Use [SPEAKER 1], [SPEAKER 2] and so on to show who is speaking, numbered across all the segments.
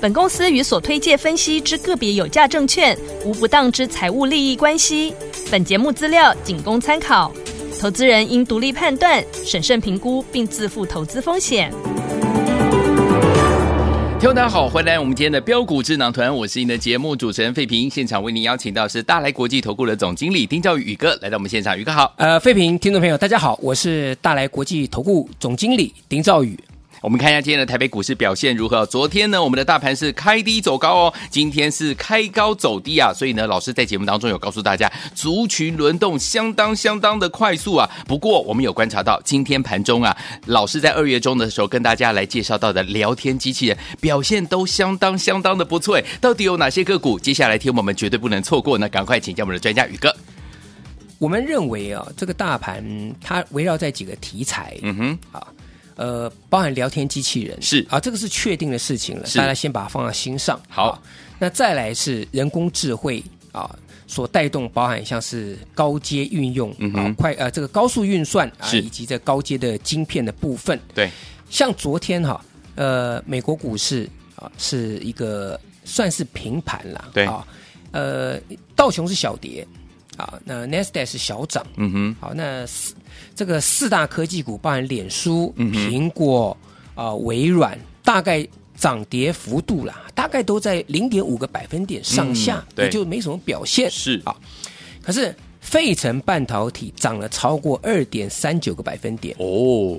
[SPEAKER 1] 本公司与所推介分析之个别有价证券无不当之财务利益关系。本节目资料仅供参考，投资人应独立判断、审慎评估并自负投资风险。
[SPEAKER 2] 听众大家好，欢迎来我们今天的标股智囊团，我是您的节目主持人费平。现场为您邀请到是大来国际投顾的总经理丁兆宇宇哥来到我们现场，宇哥好。
[SPEAKER 3] 呃，废品听众朋友，大家好，我是大来国际投顾总经理丁兆宇。
[SPEAKER 2] 我们看一下今天的台北股市表现如何？昨天呢，我们的大盘是开低走高哦，今天是开高走低啊，所以呢，老师在节目当中有告诉大家，族群轮动相当相当的快速啊。不过我们有观察到，今天盘中啊，老师在二月中的时候跟大家来介绍到的聊天机器人表现都相当相当的不错，到底有哪些个股？接下来听我们绝对不能错过呢，赶快请教我们的专家宇哥。
[SPEAKER 3] 我们认为啊、这个大盘它围绕在几个题材，
[SPEAKER 2] 嗯哼，
[SPEAKER 3] 啊，呃，包含聊天机器人
[SPEAKER 2] 是
[SPEAKER 3] 啊，这个是确定的事情了，
[SPEAKER 2] 是
[SPEAKER 3] 大家先把它放在心上。
[SPEAKER 2] 好
[SPEAKER 3] 啊那再来是人工智慧啊。所带动包含像是高阶运用、
[SPEAKER 2] 嗯哼
[SPEAKER 3] 啊，快呃这个高速运算啊，
[SPEAKER 2] 是
[SPEAKER 3] 以及这高阶的晶片的部分，
[SPEAKER 2] 对，
[SPEAKER 3] 像昨天哈、呃，美国股市啊是一个算是平盘啦，
[SPEAKER 2] 对
[SPEAKER 3] 啊，呃，道琼是小跌啊，那 n e s d a q 是小涨，
[SPEAKER 2] 嗯哼，
[SPEAKER 3] 好，那四这个四大科技股，包含脸书、
[SPEAKER 2] 嗯哼
[SPEAKER 3] 苹果啊、微软，大概涨跌幅度啦，大概都在零点五个百分点上下
[SPEAKER 2] 嗯，对
[SPEAKER 3] 也就没什么表现，
[SPEAKER 2] 是
[SPEAKER 3] 啊，可是。费城半导体涨了超过二点三九个百分点，
[SPEAKER 2] 哦，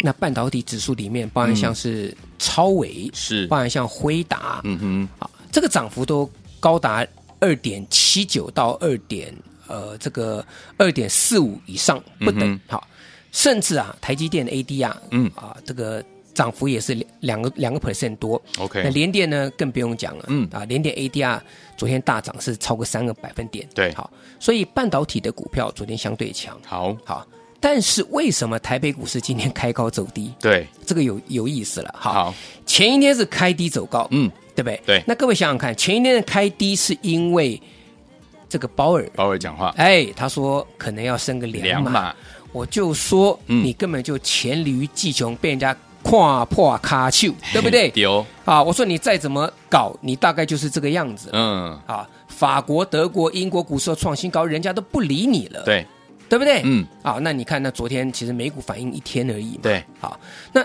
[SPEAKER 3] 那半导体指数里面，包含像是超微，
[SPEAKER 2] 嗯是
[SPEAKER 3] 包含像辉达，
[SPEAKER 2] 嗯哼，
[SPEAKER 3] 啊，这个涨幅都高达二点七九到二点呃这个二点四五以上不等，
[SPEAKER 2] 嗯
[SPEAKER 3] 好，甚至啊，台积电的 ADR，
[SPEAKER 2] 嗯
[SPEAKER 3] 啊，这个涨幅也是两两个两个 percent 多。
[SPEAKER 2] OK
[SPEAKER 3] 那联电呢更不用讲了，
[SPEAKER 2] 嗯
[SPEAKER 3] 啊，联电 ADR 昨天大涨是超过三个百分点，
[SPEAKER 2] 对
[SPEAKER 3] 好，所以半导体的股票昨天相对强，
[SPEAKER 2] 好，
[SPEAKER 3] 好，但是为什么台北股市今天开高走低？
[SPEAKER 2] 对，
[SPEAKER 3] 这个有有意思了。
[SPEAKER 2] 好，
[SPEAKER 3] 前一天是开低走高，
[SPEAKER 2] 嗯，
[SPEAKER 3] 对不对？
[SPEAKER 2] 对
[SPEAKER 3] 那各位想想看，前一天的开低是因为这个鲍尔，
[SPEAKER 2] 鲍尔讲话，
[SPEAKER 3] 哎，他说可能要升个两
[SPEAKER 2] 哦
[SPEAKER 3] 码，
[SPEAKER 2] 码，
[SPEAKER 3] 我就说、
[SPEAKER 2] 嗯
[SPEAKER 3] 你根本就黔驴技穷，被人家跨破卡丘，对不对？
[SPEAKER 2] 丢，
[SPEAKER 3] 啊，我说你再怎么搞，你大概就是这个样子。
[SPEAKER 2] 嗯，
[SPEAKER 3] 啊，法国、德国、英国股市要创新高，人家都不理你了。
[SPEAKER 2] 对，
[SPEAKER 3] 对不对？
[SPEAKER 2] 嗯，
[SPEAKER 3] 啊，那你看，那昨天其实美股反应一天而已嘛。
[SPEAKER 2] 对，
[SPEAKER 3] 好，那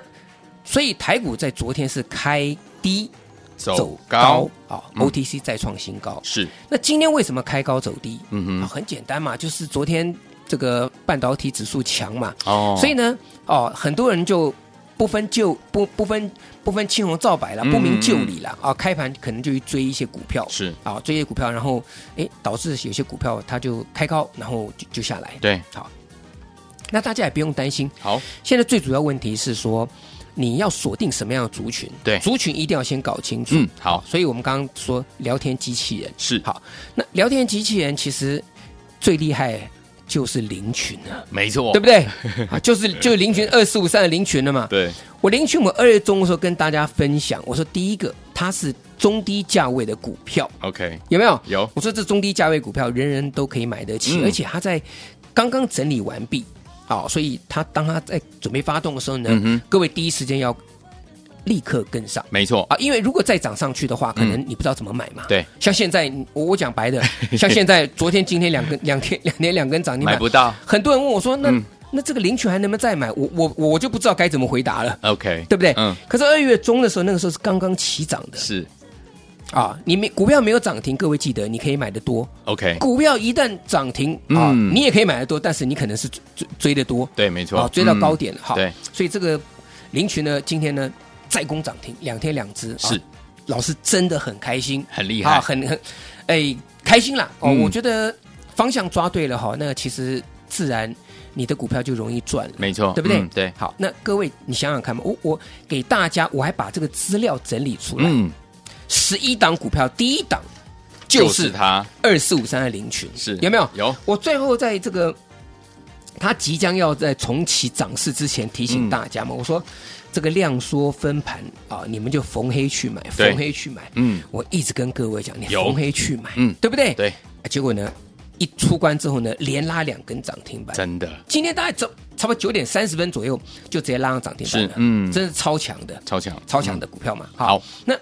[SPEAKER 3] 所以台股在昨天是开低走高
[SPEAKER 2] 高
[SPEAKER 3] 啊、
[SPEAKER 2] 嗯
[SPEAKER 3] o t c 再创新高。
[SPEAKER 2] 是，
[SPEAKER 3] 那今天为什么开高走低？
[SPEAKER 2] 嗯哼
[SPEAKER 3] 啊，很简单嘛，就是昨天这个半导体指数强嘛，
[SPEAKER 2] 哦
[SPEAKER 3] 所以呢，哦，很多人就不分就不不分不分青红皂白了，
[SPEAKER 2] 嗯
[SPEAKER 3] 不明就里了啊，开盘可能就去追一些股票，
[SPEAKER 2] 是
[SPEAKER 3] 啊，追一些股票，然后哎，导致有些股票它就开高，然后就就下来。
[SPEAKER 2] 对，
[SPEAKER 3] 好，那大家也不用担心，
[SPEAKER 2] 好，
[SPEAKER 3] 现在最主要问题是说。你要锁定什么样的族群？
[SPEAKER 2] 对
[SPEAKER 3] 族群一定要先搞清楚。
[SPEAKER 2] 嗯，好，
[SPEAKER 3] 所以我们刚刚说聊天机器人，
[SPEAKER 2] 是，
[SPEAKER 3] 好，那聊天机器人其实最厉害就是林群啊，
[SPEAKER 2] 没错，
[SPEAKER 3] 对 不对？啊，就是就是林群二四五三的林群了嘛。
[SPEAKER 2] 对？
[SPEAKER 3] 我林群我二月中的时候跟大家分享，我说第一个它是中低价位的股票，
[SPEAKER 2] o k
[SPEAKER 3] 有没有？
[SPEAKER 2] 有，
[SPEAKER 3] 我说这中低价位股票人人都可以买得起，
[SPEAKER 2] 嗯
[SPEAKER 3] 而且它在刚刚整理完毕，好、所以它当它在准备发动的时候呢，
[SPEAKER 2] 嗯哼
[SPEAKER 3] 各位第一时间要立刻跟上。
[SPEAKER 2] 没错，
[SPEAKER 3] 啊，因为如果再涨上去的话，可能你不知道怎么买嘛。
[SPEAKER 2] 嗯对，
[SPEAKER 3] 像现在我我讲 白的，像现在昨天、今天两根、 两天、两天两根涨，你
[SPEAKER 2] 买
[SPEAKER 3] 买
[SPEAKER 2] 不到
[SPEAKER 3] 很多人问我说，那、
[SPEAKER 2] 嗯
[SPEAKER 3] 那这个领取还能不能再买？我我我就不知道该怎么回答了，
[SPEAKER 2] ，OK，
[SPEAKER 3] 对不对？
[SPEAKER 2] 嗯，
[SPEAKER 3] 可是二月中的时候，那个时候是刚刚起涨的
[SPEAKER 2] 是
[SPEAKER 3] 啊，你没股票没有涨停，各位记得你可以买的多。
[SPEAKER 2] ，OK，
[SPEAKER 3] 股票一旦涨停啊，
[SPEAKER 2] 嗯
[SPEAKER 3] 你也可以买的多，但是你可能是追追追的多，
[SPEAKER 2] 对，没错，
[SPEAKER 3] 啊，追到
[SPEAKER 2] 嗯
[SPEAKER 3] 高，点了。好
[SPEAKER 2] 对，
[SPEAKER 3] 所以这个领取呢，今天呢再攻涨停，两天两只啊
[SPEAKER 2] 是
[SPEAKER 3] 老师真的很开心，
[SPEAKER 2] 很厉
[SPEAKER 3] 啊，
[SPEAKER 2] 害，
[SPEAKER 3] 很很，哎，开心啦！哦，
[SPEAKER 2] 嗯
[SPEAKER 3] 我觉得方向抓对了哈，那其实自然你的股票就容易赚了。
[SPEAKER 2] 没错，
[SPEAKER 3] 对不对
[SPEAKER 2] 嗯对，
[SPEAKER 3] 好，那各位你想想看嘛，我我给大家，我还把这个资料整理出来，
[SPEAKER 2] 嗯，
[SPEAKER 3] 十一档股票，第一档
[SPEAKER 2] 就是它，
[SPEAKER 3] 二四五三的林群，
[SPEAKER 2] 是
[SPEAKER 3] 有没有？
[SPEAKER 2] 有
[SPEAKER 3] 我最后在这个它即将要在重启涨势之前提
[SPEAKER 2] 嗯
[SPEAKER 3] 醒大家嘛，我说这个量缩分盘啊，你们就逢黑去买，
[SPEAKER 2] 对
[SPEAKER 3] 逢黑去买。
[SPEAKER 2] 嗯，
[SPEAKER 3] 我一直跟各位讲，你
[SPEAKER 2] 有
[SPEAKER 3] 逢黑去买，
[SPEAKER 2] 嗯
[SPEAKER 3] 对不对？
[SPEAKER 2] 对，
[SPEAKER 3] 啊结果呢，一出关之后呢，连拉两根涨停板，
[SPEAKER 2] 真的
[SPEAKER 3] 今天大概走差不多九点三十分左右就直接拉上涨停板
[SPEAKER 2] 是
[SPEAKER 3] 了，
[SPEAKER 2] 嗯
[SPEAKER 3] 真是超强的，
[SPEAKER 2] 超强，嗯
[SPEAKER 3] 超强的股票嘛。
[SPEAKER 2] 好，
[SPEAKER 3] 那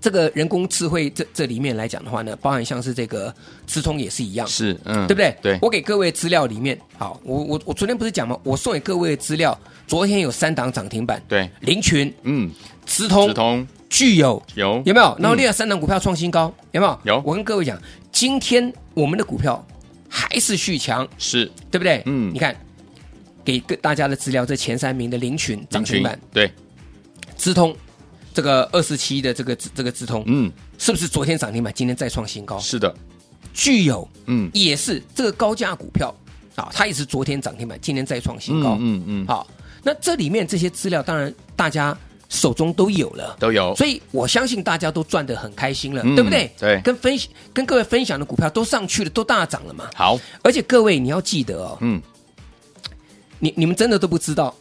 [SPEAKER 3] 这个人工智慧这这里面来讲的话呢，包含像是这个资通也是一样，
[SPEAKER 2] 是，嗯，
[SPEAKER 3] 对不对？
[SPEAKER 2] 对，
[SPEAKER 3] 我给各位资料里面，好，我我我昨天不是讲吗？我送给各位的资料，昨天有三档涨停板，
[SPEAKER 2] 对
[SPEAKER 3] 林群、
[SPEAKER 2] 嗯，
[SPEAKER 3] 资通、
[SPEAKER 2] 直通
[SPEAKER 3] 具有
[SPEAKER 2] 有
[SPEAKER 3] 有没有？然后另外三档股票创新高，有没有？
[SPEAKER 2] 有
[SPEAKER 3] 我跟各位讲，今天我们的股票还是续强，
[SPEAKER 2] 是
[SPEAKER 3] 对不对？
[SPEAKER 2] 嗯
[SPEAKER 3] 你看，给各大家的资料，这前三名的林群涨
[SPEAKER 2] 林
[SPEAKER 3] 停
[SPEAKER 2] 群
[SPEAKER 3] 板，，
[SPEAKER 2] 对，
[SPEAKER 3] 资通这个二四七的这个这个资通，
[SPEAKER 2] 嗯，
[SPEAKER 3] 是不是昨天涨停板，今天再创新高？
[SPEAKER 2] 是的，
[SPEAKER 3] 具有
[SPEAKER 2] 嗯，
[SPEAKER 3] 也是这个高价股票啊，它也是昨天涨停板，今天再创新
[SPEAKER 2] 嗯
[SPEAKER 3] 高。
[SPEAKER 2] 嗯嗯，
[SPEAKER 3] 好，那这里面这些资料，当然大家手中都有了。
[SPEAKER 2] 都有，
[SPEAKER 3] 所以我相信大家都赚得很开心了，
[SPEAKER 2] 哦嗯
[SPEAKER 3] 对不对？
[SPEAKER 2] 对
[SPEAKER 3] 跟分析跟各位分享的股票都上去了，都大涨了嘛。
[SPEAKER 2] 好，
[SPEAKER 3] 而且各位你要记得哦，
[SPEAKER 2] 嗯，
[SPEAKER 3] 你你们真的都不知道，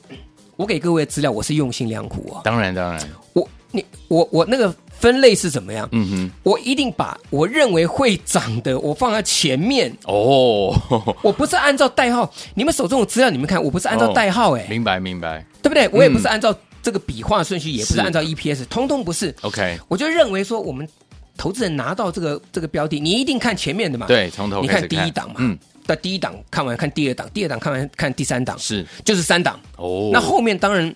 [SPEAKER 3] 我给各位的资料我是用心良苦哦。
[SPEAKER 2] 当然当然，
[SPEAKER 3] 我你我我那个分类是怎么样？
[SPEAKER 2] 嗯
[SPEAKER 3] 我一定把我认为会涨的，我放在前面。
[SPEAKER 2] 哼，哦，
[SPEAKER 3] 我不是按照代号，你们手中有资料，你们看，我不是按照代号、哎、
[SPEAKER 2] 明嗯白明白
[SPEAKER 3] 对不对？我也不是按照这个笔画顺序，也不是按照 EPS，通通不是。
[SPEAKER 2] ，OK，
[SPEAKER 3] 我就认为说，我们投资人拿到这个这个标的，你一定看前面的嘛。，
[SPEAKER 2] 对，从头
[SPEAKER 3] 你
[SPEAKER 2] 开
[SPEAKER 3] 看
[SPEAKER 2] 始
[SPEAKER 3] 第一档嘛，
[SPEAKER 2] 嗯，
[SPEAKER 3] 到第一档看完看第二档，第二档看完看第三档，
[SPEAKER 2] 是，
[SPEAKER 3] 就是三档。
[SPEAKER 2] 哦，
[SPEAKER 3] 那后面当然，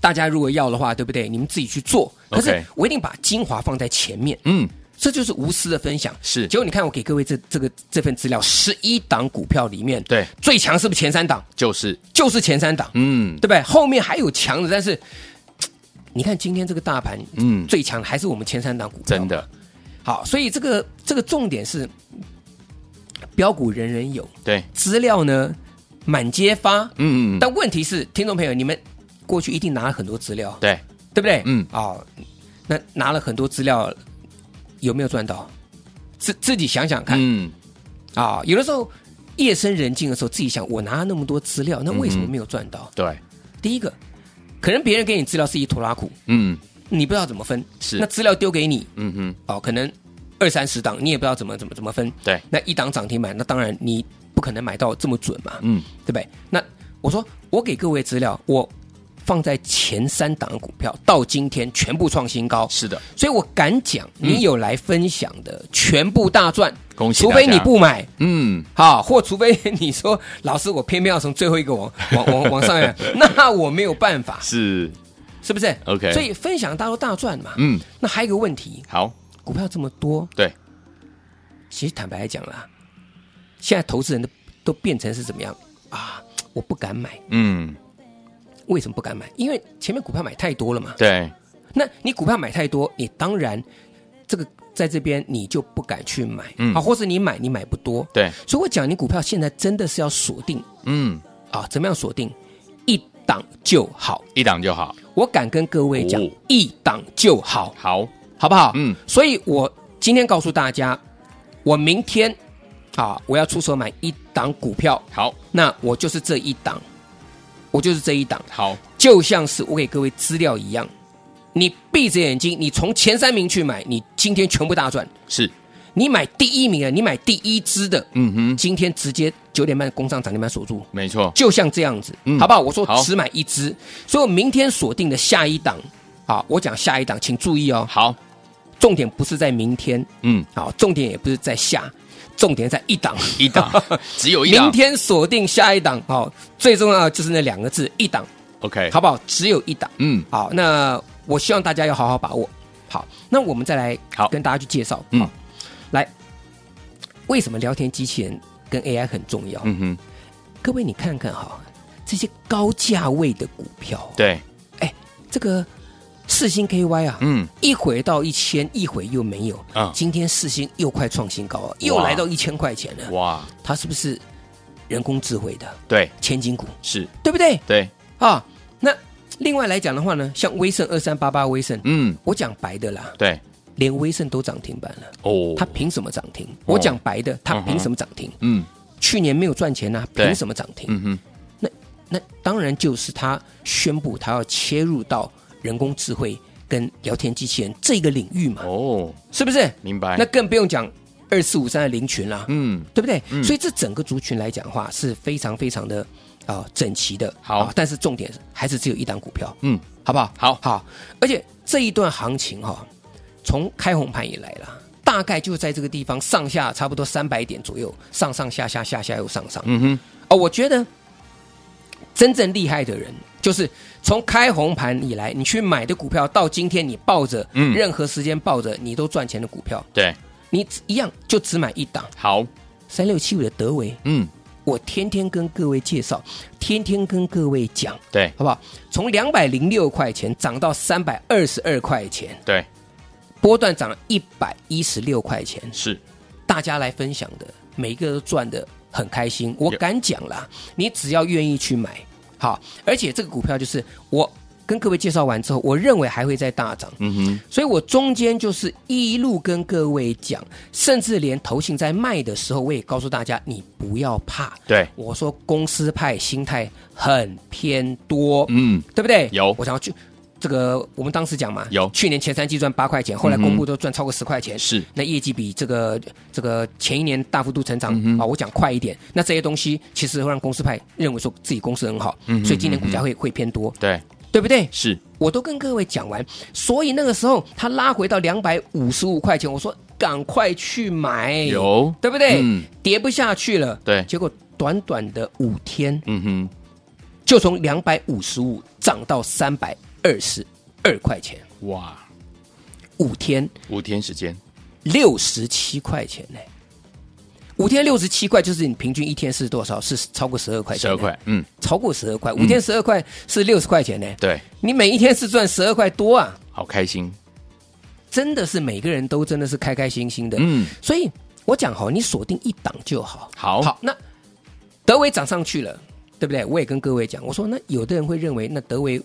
[SPEAKER 3] 大家如果要的话，对不对？你们自己去做。可
[SPEAKER 2] OK
[SPEAKER 3] 是我一定把精华放在前面，
[SPEAKER 2] 嗯，
[SPEAKER 3] 这就是无私的分享。
[SPEAKER 2] 是
[SPEAKER 3] 结果你看，我给各位这这个这份资料，十一档股票里面，
[SPEAKER 2] 对，
[SPEAKER 3] 最强是不是前三档？
[SPEAKER 2] 就是，
[SPEAKER 3] 就是前三档，
[SPEAKER 2] 嗯
[SPEAKER 3] 对，不对？后面还有强的，但是嘖你看今天这个大盘，
[SPEAKER 2] 嗯
[SPEAKER 3] 最强的还是我们前三档股票。
[SPEAKER 2] 真。的，
[SPEAKER 3] 好，所以这个这个重点是，标股人人有，
[SPEAKER 2] 对，
[SPEAKER 3] 资料呢满街发，
[SPEAKER 2] 嗯嗯，嗯
[SPEAKER 3] 但问题是，听众朋友，你们过去一定拿了很多资料，
[SPEAKER 2] 对，
[SPEAKER 3] 对不对？
[SPEAKER 2] 嗯
[SPEAKER 3] 啊、那拿了很多资料，有没有赚到？自自己想想看啊、
[SPEAKER 2] 嗯，
[SPEAKER 3] 有的时候夜深人静的时候，自己想，我拿了那么多资料，那为什么
[SPEAKER 2] 嗯哼
[SPEAKER 3] 没有赚到？
[SPEAKER 2] 对，
[SPEAKER 3] 第一个，可能别人给你资料是一坨拉苦，
[SPEAKER 2] 嗯，
[SPEAKER 3] 你不知道怎么分。
[SPEAKER 2] 是
[SPEAKER 3] 那资料丢给你，
[SPEAKER 2] 嗯哼，
[SPEAKER 3] 哦，可能二三十档，你也不知道怎么怎么怎么分。
[SPEAKER 2] 对，
[SPEAKER 3] 那一档涨停板，那当然你不可能买到这么准嘛。
[SPEAKER 2] 嗯，
[SPEAKER 3] 对不对？那我说我给各位资料，我放在前三档的股票到今天全部创新高，
[SPEAKER 2] 是的，
[SPEAKER 3] 所以我敢讲，你有来分享的、全部大赚，
[SPEAKER 2] 恭喜
[SPEAKER 3] 除
[SPEAKER 2] 大家
[SPEAKER 3] 非你不买。
[SPEAKER 2] 嗯，
[SPEAKER 3] 好，或除非你说老师，我偏偏要从最后一个往往往往 上面，那我没有办法，
[SPEAKER 2] 是，
[SPEAKER 3] 是不是
[SPEAKER 2] OK
[SPEAKER 3] 所以分享大都大赚嘛。
[SPEAKER 2] 嗯，
[SPEAKER 3] 那还有一个问题，
[SPEAKER 2] 好，
[SPEAKER 3] 股票这么多，
[SPEAKER 2] 对，
[SPEAKER 3] 其实坦白来讲啦，现在投资人都都变成是怎么样啊？我不敢买，
[SPEAKER 2] 嗯，
[SPEAKER 3] 为什么不敢买？因为前面股票买太多了嘛。
[SPEAKER 2] 对，
[SPEAKER 3] 那你股票买太多，你当然这个在这边你就不敢去买，
[SPEAKER 2] 嗯
[SPEAKER 3] 啊，或是你买你买不多。
[SPEAKER 2] 对，
[SPEAKER 3] 所以我讲，你股票现在真的是要锁定
[SPEAKER 2] 嗯，
[SPEAKER 3] 啊，怎么样锁定？一档就好，
[SPEAKER 2] 一档就好，
[SPEAKER 3] 我敢跟各位讲，
[SPEAKER 2] 哦
[SPEAKER 3] 一档就好，
[SPEAKER 2] 好，
[SPEAKER 3] 好不好？
[SPEAKER 2] 嗯，
[SPEAKER 3] 所以我今天告诉大家，我明天啊，我要出手买一档股票，
[SPEAKER 2] 好，
[SPEAKER 3] 那我就是这一档，我就是这一档。
[SPEAKER 2] 好，
[SPEAKER 3] 就像是我给各位资料一样，你闭着眼睛，你从前三名去买，你今天全部大赚；
[SPEAKER 2] 是，
[SPEAKER 3] 你买第一名的，啊你买第一支的，
[SPEAKER 2] 嗯哼，
[SPEAKER 3] 今天直接九点半工上涨停板锁住，
[SPEAKER 2] 没错，
[SPEAKER 3] 就像这样子，
[SPEAKER 2] 嗯
[SPEAKER 3] 好不好？我说
[SPEAKER 2] 好
[SPEAKER 3] 只买一支，所以我明天锁定的下一档，好，我讲下一档，请注意哦，
[SPEAKER 2] 好，
[SPEAKER 3] 重点不是在明天，
[SPEAKER 2] 嗯，
[SPEAKER 3] 好，重点也不是在下，重点在一档。
[SPEAKER 2] 一 档只哦有一档
[SPEAKER 3] 明天锁定下一档，好，最重要的就是那两个字一档，
[SPEAKER 2] ，OK，
[SPEAKER 3] 好，不好？只有一档。
[SPEAKER 2] 嗯，
[SPEAKER 3] 好，那我希望大家要好好把握。好，那我们再来
[SPEAKER 2] 好
[SPEAKER 3] 跟大家去介绍。
[SPEAKER 2] 嗯
[SPEAKER 3] 好，来，为什么聊天机器人跟 AI 很重要？
[SPEAKER 2] 嗯哼，
[SPEAKER 3] 各位你看看哈，这些高价位的股票，
[SPEAKER 2] 对，
[SPEAKER 3] 这个四星 KY 啊，
[SPEAKER 2] 嗯，
[SPEAKER 3] 一回到一千，一回又没有。
[SPEAKER 2] 啊
[SPEAKER 3] 今天四星又快创新高了，又来到一千块钱了。
[SPEAKER 2] 哇，
[SPEAKER 3] 它是不是人工智慧的
[SPEAKER 2] 对，
[SPEAKER 3] 千金股？
[SPEAKER 2] 是，
[SPEAKER 3] 对不对？
[SPEAKER 2] 对，
[SPEAKER 3] 啊，那另外来讲的话呢，像威盛二三八八威盛，
[SPEAKER 2] 嗯，
[SPEAKER 3] 我讲白的啦，
[SPEAKER 2] 对，
[SPEAKER 3] 连威盛都涨停板了，
[SPEAKER 2] 哦
[SPEAKER 3] 它凭什么涨停？我讲白的，它凭什么涨停？
[SPEAKER 2] 嗯
[SPEAKER 3] 去年没有赚钱呐，
[SPEAKER 2] 对
[SPEAKER 3] 凭什么涨停？
[SPEAKER 2] 嗯哼，
[SPEAKER 3] 那那当然就是他宣布他要切入到人工智慧跟聊天机器人这个领域嘛，
[SPEAKER 2] 哦，
[SPEAKER 3] 是不是？
[SPEAKER 2] 明白
[SPEAKER 3] 那更不用讲二四五三的林群啦，
[SPEAKER 2] 嗯，
[SPEAKER 3] 对不对？所以这整个族群来讲的话是非常非常的啊、呃整齐的。
[SPEAKER 2] 好
[SPEAKER 3] 啊但是重点是还是只有一档股票，
[SPEAKER 2] 嗯，
[SPEAKER 3] 好不好？
[SPEAKER 2] 好
[SPEAKER 3] 好，而且这一段行情哈、从开红盘以来啦。大概就在这个地方上下差不多三百点左右，上上下下下下又上上，
[SPEAKER 2] 嗯哼，
[SPEAKER 3] 哦，我觉得真正厉害的人，就是从开红盘以来，你去买的股票，到今天你抱着，
[SPEAKER 2] 嗯
[SPEAKER 3] 任何时间抱着你都赚钱的股票，
[SPEAKER 2] 对，
[SPEAKER 3] 你一样就只买一档
[SPEAKER 2] 好，
[SPEAKER 3] 三六七五的德维，
[SPEAKER 2] 嗯，
[SPEAKER 3] 我天天跟各位介绍，天天跟各位讲，
[SPEAKER 2] 对
[SPEAKER 3] 好不好？从两百零六块钱涨到三百二十二块钱，
[SPEAKER 2] 对，
[SPEAKER 3] 波段涨了一百一十六块钱，
[SPEAKER 2] 是，
[SPEAKER 3] 大家来分享的，每一个都赚的很开心。我
[SPEAKER 2] Yeah
[SPEAKER 3] 敢讲啦，你只要愿意去买，好，而且这个股票就是我跟各位介绍完之后，我认为还会再大涨。
[SPEAKER 2] 嗯哼，
[SPEAKER 3] 所以我中间就是一路跟各位讲，甚至连投信在卖的时候，我也告诉大家，你不要怕。
[SPEAKER 2] 对
[SPEAKER 3] 哎我说公司派心态很偏多，
[SPEAKER 2] 嗯，
[SPEAKER 3] 对不对？
[SPEAKER 2] 有
[SPEAKER 3] 我想要去这个，我们当时讲嘛，
[SPEAKER 2] 有嗯
[SPEAKER 3] 去年前三季赚八块钱，后来公布都赚超过十块钱，
[SPEAKER 2] 是
[SPEAKER 3] 那业绩比这个这个前一年大幅度成长啊、
[SPEAKER 2] 嗯
[SPEAKER 3] 我讲快一点，那这些东西其实会让公司派认为说自己公司很好，
[SPEAKER 2] 嗯哼
[SPEAKER 3] 所以今年股价会会偏多，
[SPEAKER 2] 对，
[SPEAKER 3] 对不对？
[SPEAKER 2] 是，
[SPEAKER 3] 我都跟各位讲完，所以那个时候它拉回到两百五十五块钱，我说赶快去买，
[SPEAKER 2] 有，
[SPEAKER 3] 对不对？
[SPEAKER 2] 嗯
[SPEAKER 3] 跌不下去了，
[SPEAKER 2] 对
[SPEAKER 3] 结果短短的五天，
[SPEAKER 2] 嗯哼，
[SPEAKER 3] 就从两百五十五涨到三百二十二块钱，
[SPEAKER 2] 哇，
[SPEAKER 3] 五天
[SPEAKER 2] 五天时间，
[SPEAKER 3] 六十七块钱呢、五天六十七块，就是你平均一天是多少？是超过十二块
[SPEAKER 2] 十
[SPEAKER 3] 钱、
[SPEAKER 2] 二，块，嗯，
[SPEAKER 3] 超过十二块。五天十二块是六十块钱呢、
[SPEAKER 2] 对，
[SPEAKER 3] 你每一天是赚十二块多啊！
[SPEAKER 2] 好开心，
[SPEAKER 3] 真的是每个人都真的是开开心心的。
[SPEAKER 2] 嗯，
[SPEAKER 3] 所以我讲好，你锁定一档就好。
[SPEAKER 2] 好
[SPEAKER 3] 好，那德维涨上去了，对不对？我也跟各位讲，我说那有的人会认为，那德维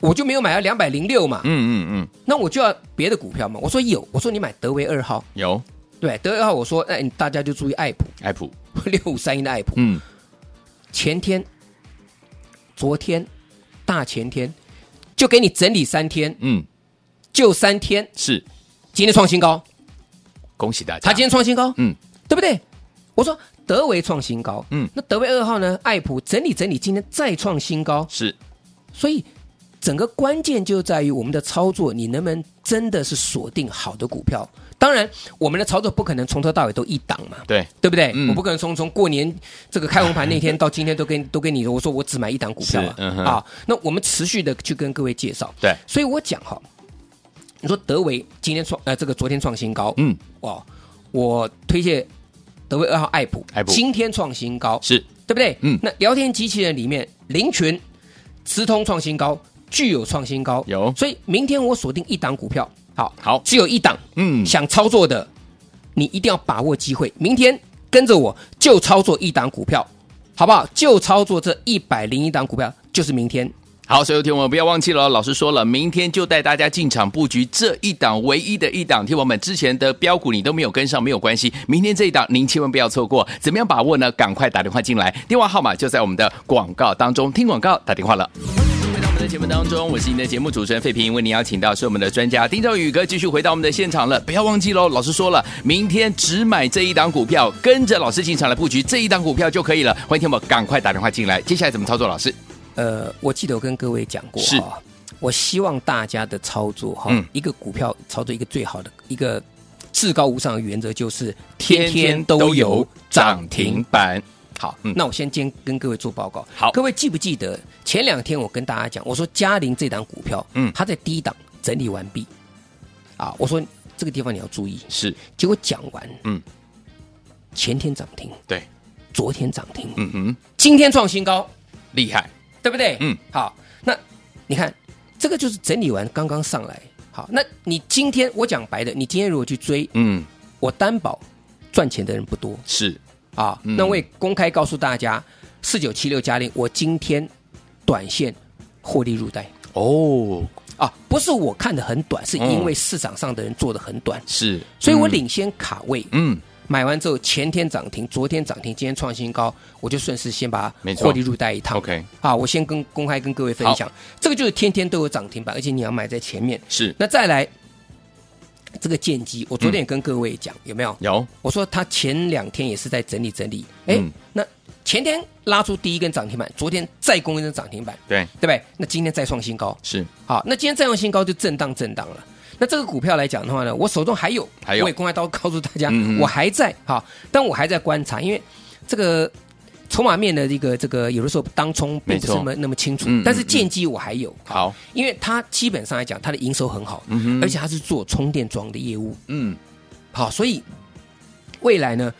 [SPEAKER 3] 我就没有买到两百零六嘛，
[SPEAKER 2] 嗯嗯嗯，
[SPEAKER 3] 那我就要别的股票嘛。我说有，我说你买德维二号，
[SPEAKER 2] 有，
[SPEAKER 3] 对，德维二号，我说哎，你大家就注意爱普
[SPEAKER 2] 爱普，
[SPEAKER 3] 六五三一的爱普，
[SPEAKER 2] 嗯，
[SPEAKER 3] 前天、昨天、大前天就给你整理三天，
[SPEAKER 2] 嗯，
[SPEAKER 3] 就三天，
[SPEAKER 2] 是，
[SPEAKER 3] 今天创新高，
[SPEAKER 2] 恭喜大家，
[SPEAKER 3] 它今天创新高，
[SPEAKER 2] 嗯，
[SPEAKER 3] 对不对？我说德维创新高，
[SPEAKER 2] 嗯
[SPEAKER 3] 那德维二号呢？爱普整理整理，今天再创新高，
[SPEAKER 2] 是，
[SPEAKER 3] 所以整个关键就在于我们的操作，你能不能真的是锁定好的股票？当然，我们的操作不可能从头到尾都一档嘛，
[SPEAKER 2] 对，
[SPEAKER 3] 对不对？
[SPEAKER 2] 嗯
[SPEAKER 3] 我不可能从从过年这个开红盘那天到今天都跟 都跟你我说我只买一档股票啊
[SPEAKER 2] 是、嗯哼
[SPEAKER 3] 啊！那我们持续的去跟各位介绍，
[SPEAKER 2] 对，
[SPEAKER 3] 所以我讲哈，你说德维今天创呃这个昨天创新高，
[SPEAKER 2] 嗯，
[SPEAKER 3] 哇，我推荐德维二号爱普，
[SPEAKER 2] 爱普
[SPEAKER 3] 今天创新高，
[SPEAKER 2] 是，
[SPEAKER 3] 对不对？
[SPEAKER 2] 嗯
[SPEAKER 3] 那聊天机器人里面，林群、直通创新高，具有创新高，
[SPEAKER 2] 有
[SPEAKER 3] 所以明天我锁定一档股票，好，
[SPEAKER 2] 好
[SPEAKER 3] 只有一档，
[SPEAKER 2] 嗯，
[SPEAKER 3] 想操作的，你一定要把握机会，明天跟着我就操作一档股票，好不好？就操作这一百零一档股票，就是明天。
[SPEAKER 2] 好，所有听众朋友不要忘记了，老师说了，明天就带大家进场布局这一档唯一的一档。听我们之前的标股你都没有跟上，没有关系，明天这一档您千万不要错过。怎么样把握呢？赶快打电话进来，电话号码就在我们的广告当中，听广告打电话了。回到我们的节目当中，我是您的节目主持人费平，为您邀请到是我们的专家丁兆宇哥，继续回到我们的现场了。不要忘记喽，老师说了，明天只买这一档股票，跟着老师进场来布局这一档股票就可以了。欢迎听我们赶快打电话进来，接下来怎么操作？老师，
[SPEAKER 3] 呃，我记得我跟各位讲过
[SPEAKER 2] 是
[SPEAKER 3] 哈，我希望大家的操作哈，
[SPEAKER 2] 嗯
[SPEAKER 3] 一个股票操作一个最好的一个至高无上的原则就是
[SPEAKER 2] 板。
[SPEAKER 3] 好，
[SPEAKER 2] 嗯
[SPEAKER 3] 那我先先跟各位做报告。
[SPEAKER 2] 好
[SPEAKER 3] 各位记不记得前两天我跟大家讲，我说嘉陵这档股票，
[SPEAKER 2] 嗯
[SPEAKER 3] 它在低档整理完毕，啊，我说这个地方你要注意。
[SPEAKER 2] 是，
[SPEAKER 3] 结果讲完，
[SPEAKER 2] 嗯，
[SPEAKER 3] 前天涨停，
[SPEAKER 2] 对，
[SPEAKER 3] 昨天涨停，
[SPEAKER 2] 嗯哼，
[SPEAKER 3] 今天创新高，
[SPEAKER 2] 厉害，
[SPEAKER 3] 对不对？
[SPEAKER 2] 嗯，
[SPEAKER 3] 好，那你看这个就是整理完刚刚上来。好，那你今天我讲白的，你今天如果去追，
[SPEAKER 2] 嗯，
[SPEAKER 3] 我担保赚钱的人不多
[SPEAKER 2] 是，
[SPEAKER 3] 啊。
[SPEAKER 2] 嗯
[SPEAKER 3] 那我也公开告诉大家，四九七六加零，我今天短线获利入袋，
[SPEAKER 2] 哦，
[SPEAKER 3] 啊，不是我看的很短，是因为市场上的人做的很短，
[SPEAKER 2] 嗯是，
[SPEAKER 3] 所以我领先卡位。
[SPEAKER 2] 嗯，
[SPEAKER 3] 买完之后，前天涨停，昨天涨停，今天创新高，我就顺势先把
[SPEAKER 2] 没错
[SPEAKER 3] 获利入袋一趟。
[SPEAKER 2] OK
[SPEAKER 3] 啊，我先跟公开跟各位分享，这个就是天天都有涨停板，而且你要买在前面。
[SPEAKER 2] 是
[SPEAKER 3] 那再来这个剑机，我昨天也跟各位讲，有没有？
[SPEAKER 2] 有，
[SPEAKER 3] 我说它前两天也是在整理整理，哎、
[SPEAKER 2] 嗯
[SPEAKER 3] 那前天拉出第一根涨停板，昨天再攻一根涨停板，
[SPEAKER 2] 对，
[SPEAKER 3] 对不对？那今天再创新高，
[SPEAKER 2] 是，
[SPEAKER 3] 好，那今天再创新高就震荡震荡了。那这个股票来讲的话呢，我手中还有，
[SPEAKER 2] 还有
[SPEAKER 3] 我也公开刀告诉大家，
[SPEAKER 2] 嗯嗯
[SPEAKER 3] 我还在哈，但我还在观察，因为这个筹码面的这个这个有的时候当冲并不是
[SPEAKER 2] 没错
[SPEAKER 3] 那么那么清楚
[SPEAKER 2] 嗯嗯，
[SPEAKER 3] 但是建机我还有，
[SPEAKER 2] 好，
[SPEAKER 3] 因为它基本上来讲它的营收很好，
[SPEAKER 2] 嗯哼
[SPEAKER 3] 而且它是做充电桩的业务，
[SPEAKER 2] 嗯，
[SPEAKER 3] 好，所以未来呢，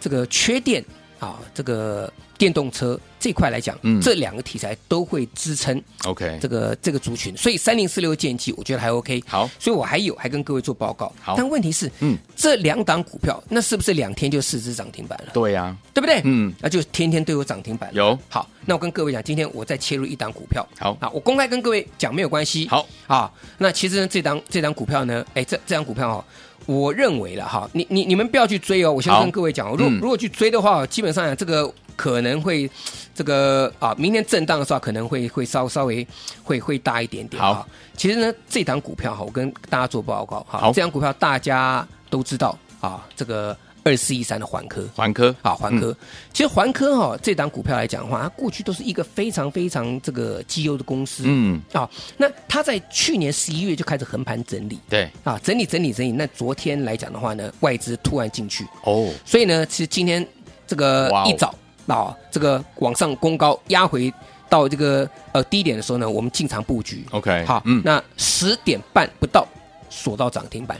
[SPEAKER 3] 这个缺电啊，这个电动车这块来讲，
[SPEAKER 2] 嗯
[SPEAKER 3] 这两个题材都会支撑
[SPEAKER 2] OK，
[SPEAKER 3] 这个这个族群，所以三零四六剑机我觉得还 OK。
[SPEAKER 2] 好，
[SPEAKER 3] 所以我还有还跟各位做报告
[SPEAKER 2] 好，
[SPEAKER 3] 但问题是，
[SPEAKER 2] 嗯
[SPEAKER 3] 嗯，这两档股票那是不是两天就四只涨停板了，
[SPEAKER 2] 对呀，
[SPEAKER 3] 对不对？
[SPEAKER 2] 嗯，
[SPEAKER 3] 那就天天都有涨停板了。
[SPEAKER 2] 有，
[SPEAKER 3] 好，那我跟各位讲，今天我再切入一档股票，
[SPEAKER 2] 好，
[SPEAKER 3] 啊，我公开跟各位讲没有关系。
[SPEAKER 2] 好
[SPEAKER 3] 啊，那其实呢，这档这档股票呢，哎，这这档股票哦，我认为了哈，你你你们不要去追哦。我先
[SPEAKER 2] 好
[SPEAKER 3] 跟各位讲哦，如果、
[SPEAKER 2] 嗯
[SPEAKER 3] 如果去追的话，基本上啊这个可能会这个啊，明天震荡的时候可能会会稍稍微会会大一点点。
[SPEAKER 2] 好
[SPEAKER 3] 哈，其实呢，这档股票哈，我跟大家做报告哈，
[SPEAKER 2] 好
[SPEAKER 3] 这档股票大家都知道啊，这个二四一三的环科。
[SPEAKER 2] 环科，
[SPEAKER 3] 啊，环
[SPEAKER 2] 嗯
[SPEAKER 3] 科，其实环科哈、这档股票来讲的话，它过去都是一个非常非常这个绩优的公司，
[SPEAKER 2] 嗯，
[SPEAKER 3] 啊，那它在去年十一月就开始横盘整理
[SPEAKER 2] 对，
[SPEAKER 3] 啊，整理整理整理。那昨天来讲的话呢，外资突然进去，
[SPEAKER 2] 哦，
[SPEAKER 3] 所以呢，其实今天这个
[SPEAKER 2] 哇哦
[SPEAKER 3] 一早啊，这个往上攻高压回到这个呃低点的时候呢，我们进场布局。啊
[SPEAKER 2] OK，
[SPEAKER 3] 好，
[SPEAKER 2] 嗯，
[SPEAKER 3] 那十点半不到锁到涨停板。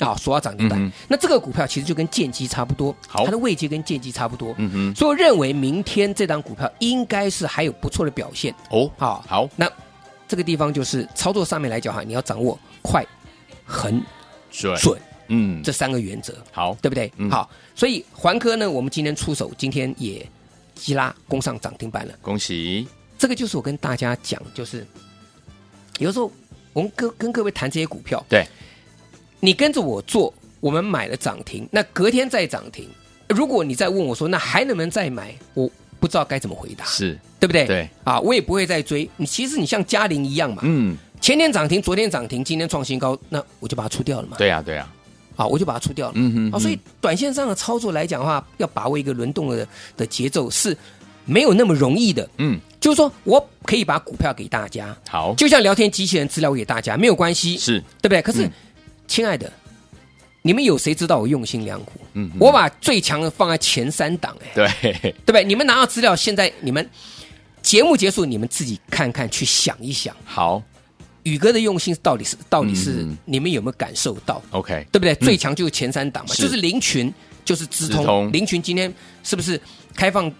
[SPEAKER 3] 啊，锁到涨停板、
[SPEAKER 2] 嗯哼
[SPEAKER 3] 那这个股票其实就跟剑机差不多，
[SPEAKER 2] 好
[SPEAKER 3] 它的位阶跟剑机差不多，
[SPEAKER 2] 嗯哼，
[SPEAKER 3] 所以我认为明天这档股票应该是还有不错的表现。
[SPEAKER 2] 哦，
[SPEAKER 3] 好
[SPEAKER 2] 好，
[SPEAKER 3] 那这个地方就是操作上面来讲哈，你要掌握快、狠、
[SPEAKER 2] 准，
[SPEAKER 3] 准
[SPEAKER 2] 嗯，
[SPEAKER 3] 这三个原则，
[SPEAKER 2] 好，
[SPEAKER 3] 对不对？
[SPEAKER 2] 嗯
[SPEAKER 3] 好，所以环科呢，我们今天出手，今天也急拉攻上涨停板了。
[SPEAKER 2] 恭喜，
[SPEAKER 3] 这个就是我跟大家讲，就是有时候我们跟跟各位谈这些股票，
[SPEAKER 2] 对，
[SPEAKER 3] 你跟着我做，我们买了涨停，那隔天再涨停。如果你再问我说，那还能不能再买？我不知道该怎么回答，
[SPEAKER 2] 是，
[SPEAKER 3] 对不对？
[SPEAKER 2] 对
[SPEAKER 3] 啊，我也不会再追。你其实你像嘉玲一样嘛，
[SPEAKER 2] 嗯，
[SPEAKER 3] 前天涨停，昨天涨停，今天创新高，那我就把它出掉了嘛。
[SPEAKER 2] 对呀，对呀，
[SPEAKER 3] 啊，我就把它出掉了。
[SPEAKER 2] 嗯哼
[SPEAKER 3] 啊，所以短线上的操作来讲的话，要把握一个轮动的的节奏是没有那么容易的。
[SPEAKER 2] 嗯，
[SPEAKER 3] 就是说我可以把股票给大家，
[SPEAKER 2] 好，
[SPEAKER 3] 就像聊天机器人资料给大家没有关系，
[SPEAKER 2] 是，
[SPEAKER 3] 对不对？可是，
[SPEAKER 2] 嗯
[SPEAKER 3] 亲爱的，你们有谁知道我用心良苦？
[SPEAKER 2] 嗯
[SPEAKER 3] 我把最强的放在前三档、哎，
[SPEAKER 2] 对，
[SPEAKER 3] 对不对？你们拿到资料，现在你们节目结束，你们自己看看，去想一想。
[SPEAKER 2] 好
[SPEAKER 3] 宇哥的用心到底是到底是、
[SPEAKER 2] 嗯
[SPEAKER 3] 你们有没有感受到，
[SPEAKER 2] ，OK，
[SPEAKER 3] 对不对？最强就是前三档嘛，
[SPEAKER 2] 是
[SPEAKER 3] 就是林群，就是资通。
[SPEAKER 2] 资通
[SPEAKER 3] 林群今天是不是开放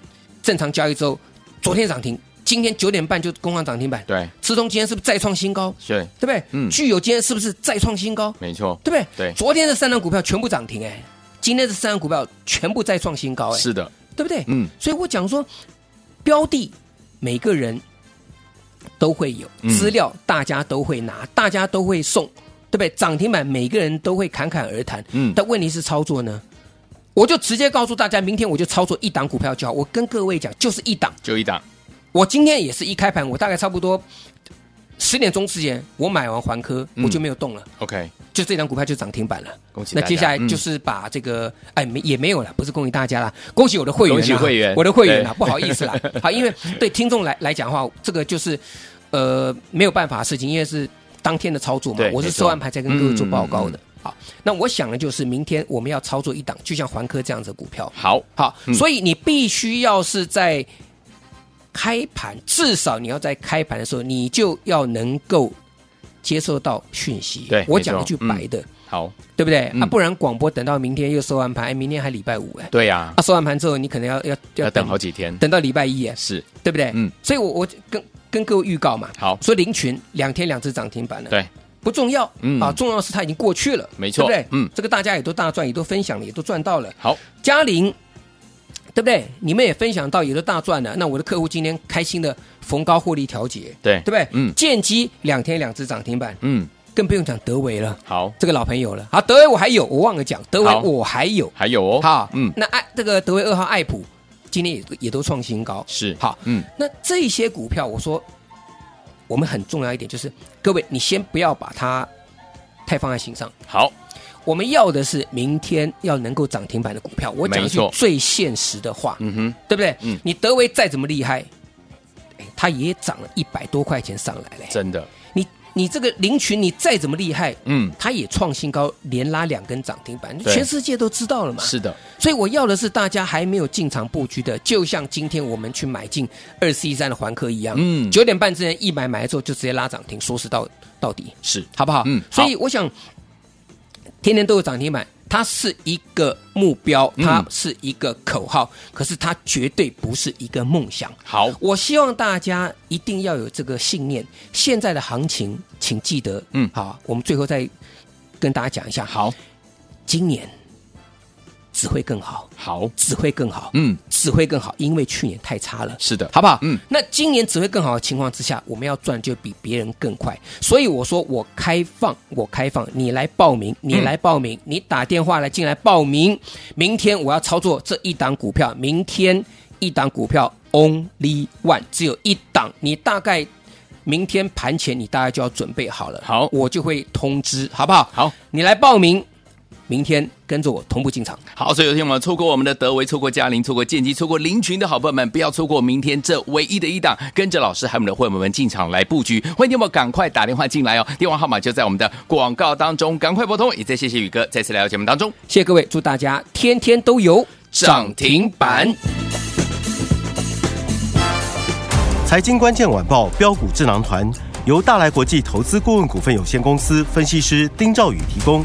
[SPEAKER 3] 正常交易之后，昨天涨停，今天九点半就攻上涨停板。
[SPEAKER 2] 对，
[SPEAKER 3] 资通今天是不是再创新高？
[SPEAKER 2] 是，
[SPEAKER 3] 对不对？
[SPEAKER 2] 嗯
[SPEAKER 3] 具有今天是不是再创新高？
[SPEAKER 2] 没错，
[SPEAKER 3] 对不对？
[SPEAKER 2] 对
[SPEAKER 3] 昨天的三档股票全部涨停，哎，今天的三档股票全部再创新高，哎，
[SPEAKER 2] 是的，
[SPEAKER 3] 对不对？
[SPEAKER 2] 嗯，
[SPEAKER 3] 所以我讲说，标的每个人都会有
[SPEAKER 2] 嗯
[SPEAKER 3] 资料，大家都会拿，大家都会送，对不对？涨停板每个人都会侃侃而谈，
[SPEAKER 2] 嗯
[SPEAKER 3] 但问题是操作呢？我就直接告诉大家，明天我就操作一档股票就好。我跟各位讲，就是一档。
[SPEAKER 2] 就一档，
[SPEAKER 3] 我今天也是一开盘，我大概差不多十点钟之前，我买完环科，
[SPEAKER 2] 嗯
[SPEAKER 3] 我就没有动了，
[SPEAKER 2] OK，
[SPEAKER 3] 就这档股票就涨停板了。
[SPEAKER 2] 恭喜
[SPEAKER 3] 那
[SPEAKER 2] 大家。
[SPEAKER 3] 接下来
[SPEAKER 2] 嗯
[SPEAKER 3] 就是把这个，哎，没也没有了，不是恭喜大家啦，恭喜我的会员啦，啊
[SPEAKER 2] 恭喜会员
[SPEAKER 3] 我的会员啦，
[SPEAKER 2] 对
[SPEAKER 3] 不好意思 啦，好，因为对听众来来讲的话，这个就是呃没有办法的事情，因为是当天的操作嘛
[SPEAKER 2] 对，
[SPEAKER 3] 我是
[SPEAKER 2] 没错
[SPEAKER 3] 收完牌才跟各位做报告
[SPEAKER 2] 嗯
[SPEAKER 3] 的。好，那我想的就是明天我们要操作一档，就像环科这样子的股票，
[SPEAKER 2] 好，
[SPEAKER 3] 好，
[SPEAKER 2] 嗯
[SPEAKER 3] 所以你必须要是在开盘，至少你要在开盘的时候，你就要能够接受到讯息。
[SPEAKER 2] 对
[SPEAKER 3] 我
[SPEAKER 2] 没错嗯
[SPEAKER 3] 讲一句白的，
[SPEAKER 2] 好，
[SPEAKER 3] 对不对？
[SPEAKER 2] 嗯
[SPEAKER 3] 啊，不然广播等到明天又收完盘，哎，明天还礼拜五哎，
[SPEAKER 2] 对呀
[SPEAKER 3] 啊，，收完盘之后你可能要要
[SPEAKER 2] 要等好几天，
[SPEAKER 3] 等到礼拜一哎，
[SPEAKER 2] 是，
[SPEAKER 3] 对不对？
[SPEAKER 2] 嗯，
[SPEAKER 3] 所以我我跟跟各位预告嘛，
[SPEAKER 2] 好，
[SPEAKER 3] 说林群两天两只涨停板了，
[SPEAKER 2] 对，
[SPEAKER 3] 不重要，
[SPEAKER 2] 嗯
[SPEAKER 3] 啊，重要的是它已经过去了，
[SPEAKER 2] 没错
[SPEAKER 3] 对不对？
[SPEAKER 2] 嗯
[SPEAKER 3] 这个大家也都大赚，也都分享了，也都赚到了。
[SPEAKER 2] 好，
[SPEAKER 3] 嘉玲对不对？你们也分享到有的大赚了，那我的客户今天开心的逢高获利调节，
[SPEAKER 2] 对
[SPEAKER 3] 对不对？
[SPEAKER 2] 嗯
[SPEAKER 3] 剑机两天两只涨停板，
[SPEAKER 2] 嗯，
[SPEAKER 3] 更不用讲德维了，
[SPEAKER 2] 好，
[SPEAKER 3] 这个老朋友了。好，德维我还有，我忘了讲，德
[SPEAKER 2] 好
[SPEAKER 3] 维我还有。
[SPEAKER 2] 还有哦，
[SPEAKER 3] 好，
[SPEAKER 2] 嗯
[SPEAKER 3] 嗯，，那爱这个德维二号爱普今天也也都创新高，
[SPEAKER 2] 是，
[SPEAKER 3] 好，
[SPEAKER 2] 嗯，
[SPEAKER 3] 那这些股票，我说我们很重要一点就是，各位你先不要把它太放在心上，
[SPEAKER 2] 好，
[SPEAKER 3] 我们要的是明天要能够涨停板的股票。我讲一
[SPEAKER 2] 没
[SPEAKER 3] 句
[SPEAKER 2] 错
[SPEAKER 3] 最现实的话，
[SPEAKER 2] 嗯哼，
[SPEAKER 3] 对不对？
[SPEAKER 2] 嗯
[SPEAKER 3] 你德维再怎么厉害，哎它也涨了一百多块钱上来嘞。
[SPEAKER 2] 真的，
[SPEAKER 3] 你你这个林群你再怎么厉害，
[SPEAKER 2] 嗯，
[SPEAKER 3] 它也创新高，连拉两根涨停板，
[SPEAKER 2] 对
[SPEAKER 3] 全世界都知道了嘛。
[SPEAKER 2] 是的，
[SPEAKER 3] 所以我要的是大家还没有进场布局的，就像今天我们去买进二四一三的环科一样，
[SPEAKER 2] 嗯
[SPEAKER 3] 九点半之前一买买了之后就直接拉涨停，说是到到底，
[SPEAKER 2] 是，
[SPEAKER 3] 好不好？
[SPEAKER 2] 嗯
[SPEAKER 3] 所以我想天天都有涨停板，它是一个目标，
[SPEAKER 2] 嗯
[SPEAKER 3] 它是一个口号，可是它绝对不是一个梦想。
[SPEAKER 2] 好，
[SPEAKER 3] 我希望大家一定要有这个信念。现在的行情，请记得，
[SPEAKER 2] 嗯
[SPEAKER 3] 好，我们最后再跟大家讲一下，，
[SPEAKER 2] 好，
[SPEAKER 3] 今年只会更好。
[SPEAKER 2] 好，
[SPEAKER 3] 只会更好，
[SPEAKER 2] 嗯，
[SPEAKER 3] 只会更好，因为去年太差了，
[SPEAKER 2] 是的，
[SPEAKER 3] 好不好？
[SPEAKER 2] 嗯，
[SPEAKER 3] 那今年只会更好的情况之下，我们要赚就比别人更快。所以我说，我开放，我开放，你来报名，
[SPEAKER 2] 嗯
[SPEAKER 3] 你来报名，你打电话来进来报名。明天我要操作这一档股票，明天一档股票 only one，只有一档，你大概。明天盘前你大概就要准备好了，
[SPEAKER 2] 好
[SPEAKER 3] 我就会通知，好不好？
[SPEAKER 2] 好，
[SPEAKER 3] 你来报名，明天跟着我同步进场。
[SPEAKER 2] 好，所以有天我们错过我们的德维，错过嘉玲，错过剑姬，错过林群的好朋友们，不要错过明天这唯一的一档，跟着老师还有我们的会员们进场来布局。欢迎天我赶快打电话进来哦，电话号码就在我们的广告当中，赶快拨通。也再谢谢宇哥再次来到节目当中，
[SPEAKER 3] 谢谢各位，祝大家天天都有
[SPEAKER 2] 涨停板。
[SPEAKER 4] 财经关键晚报标股智囊团由大来国际投资顾问股份有限公司分析师丁兆宇提供。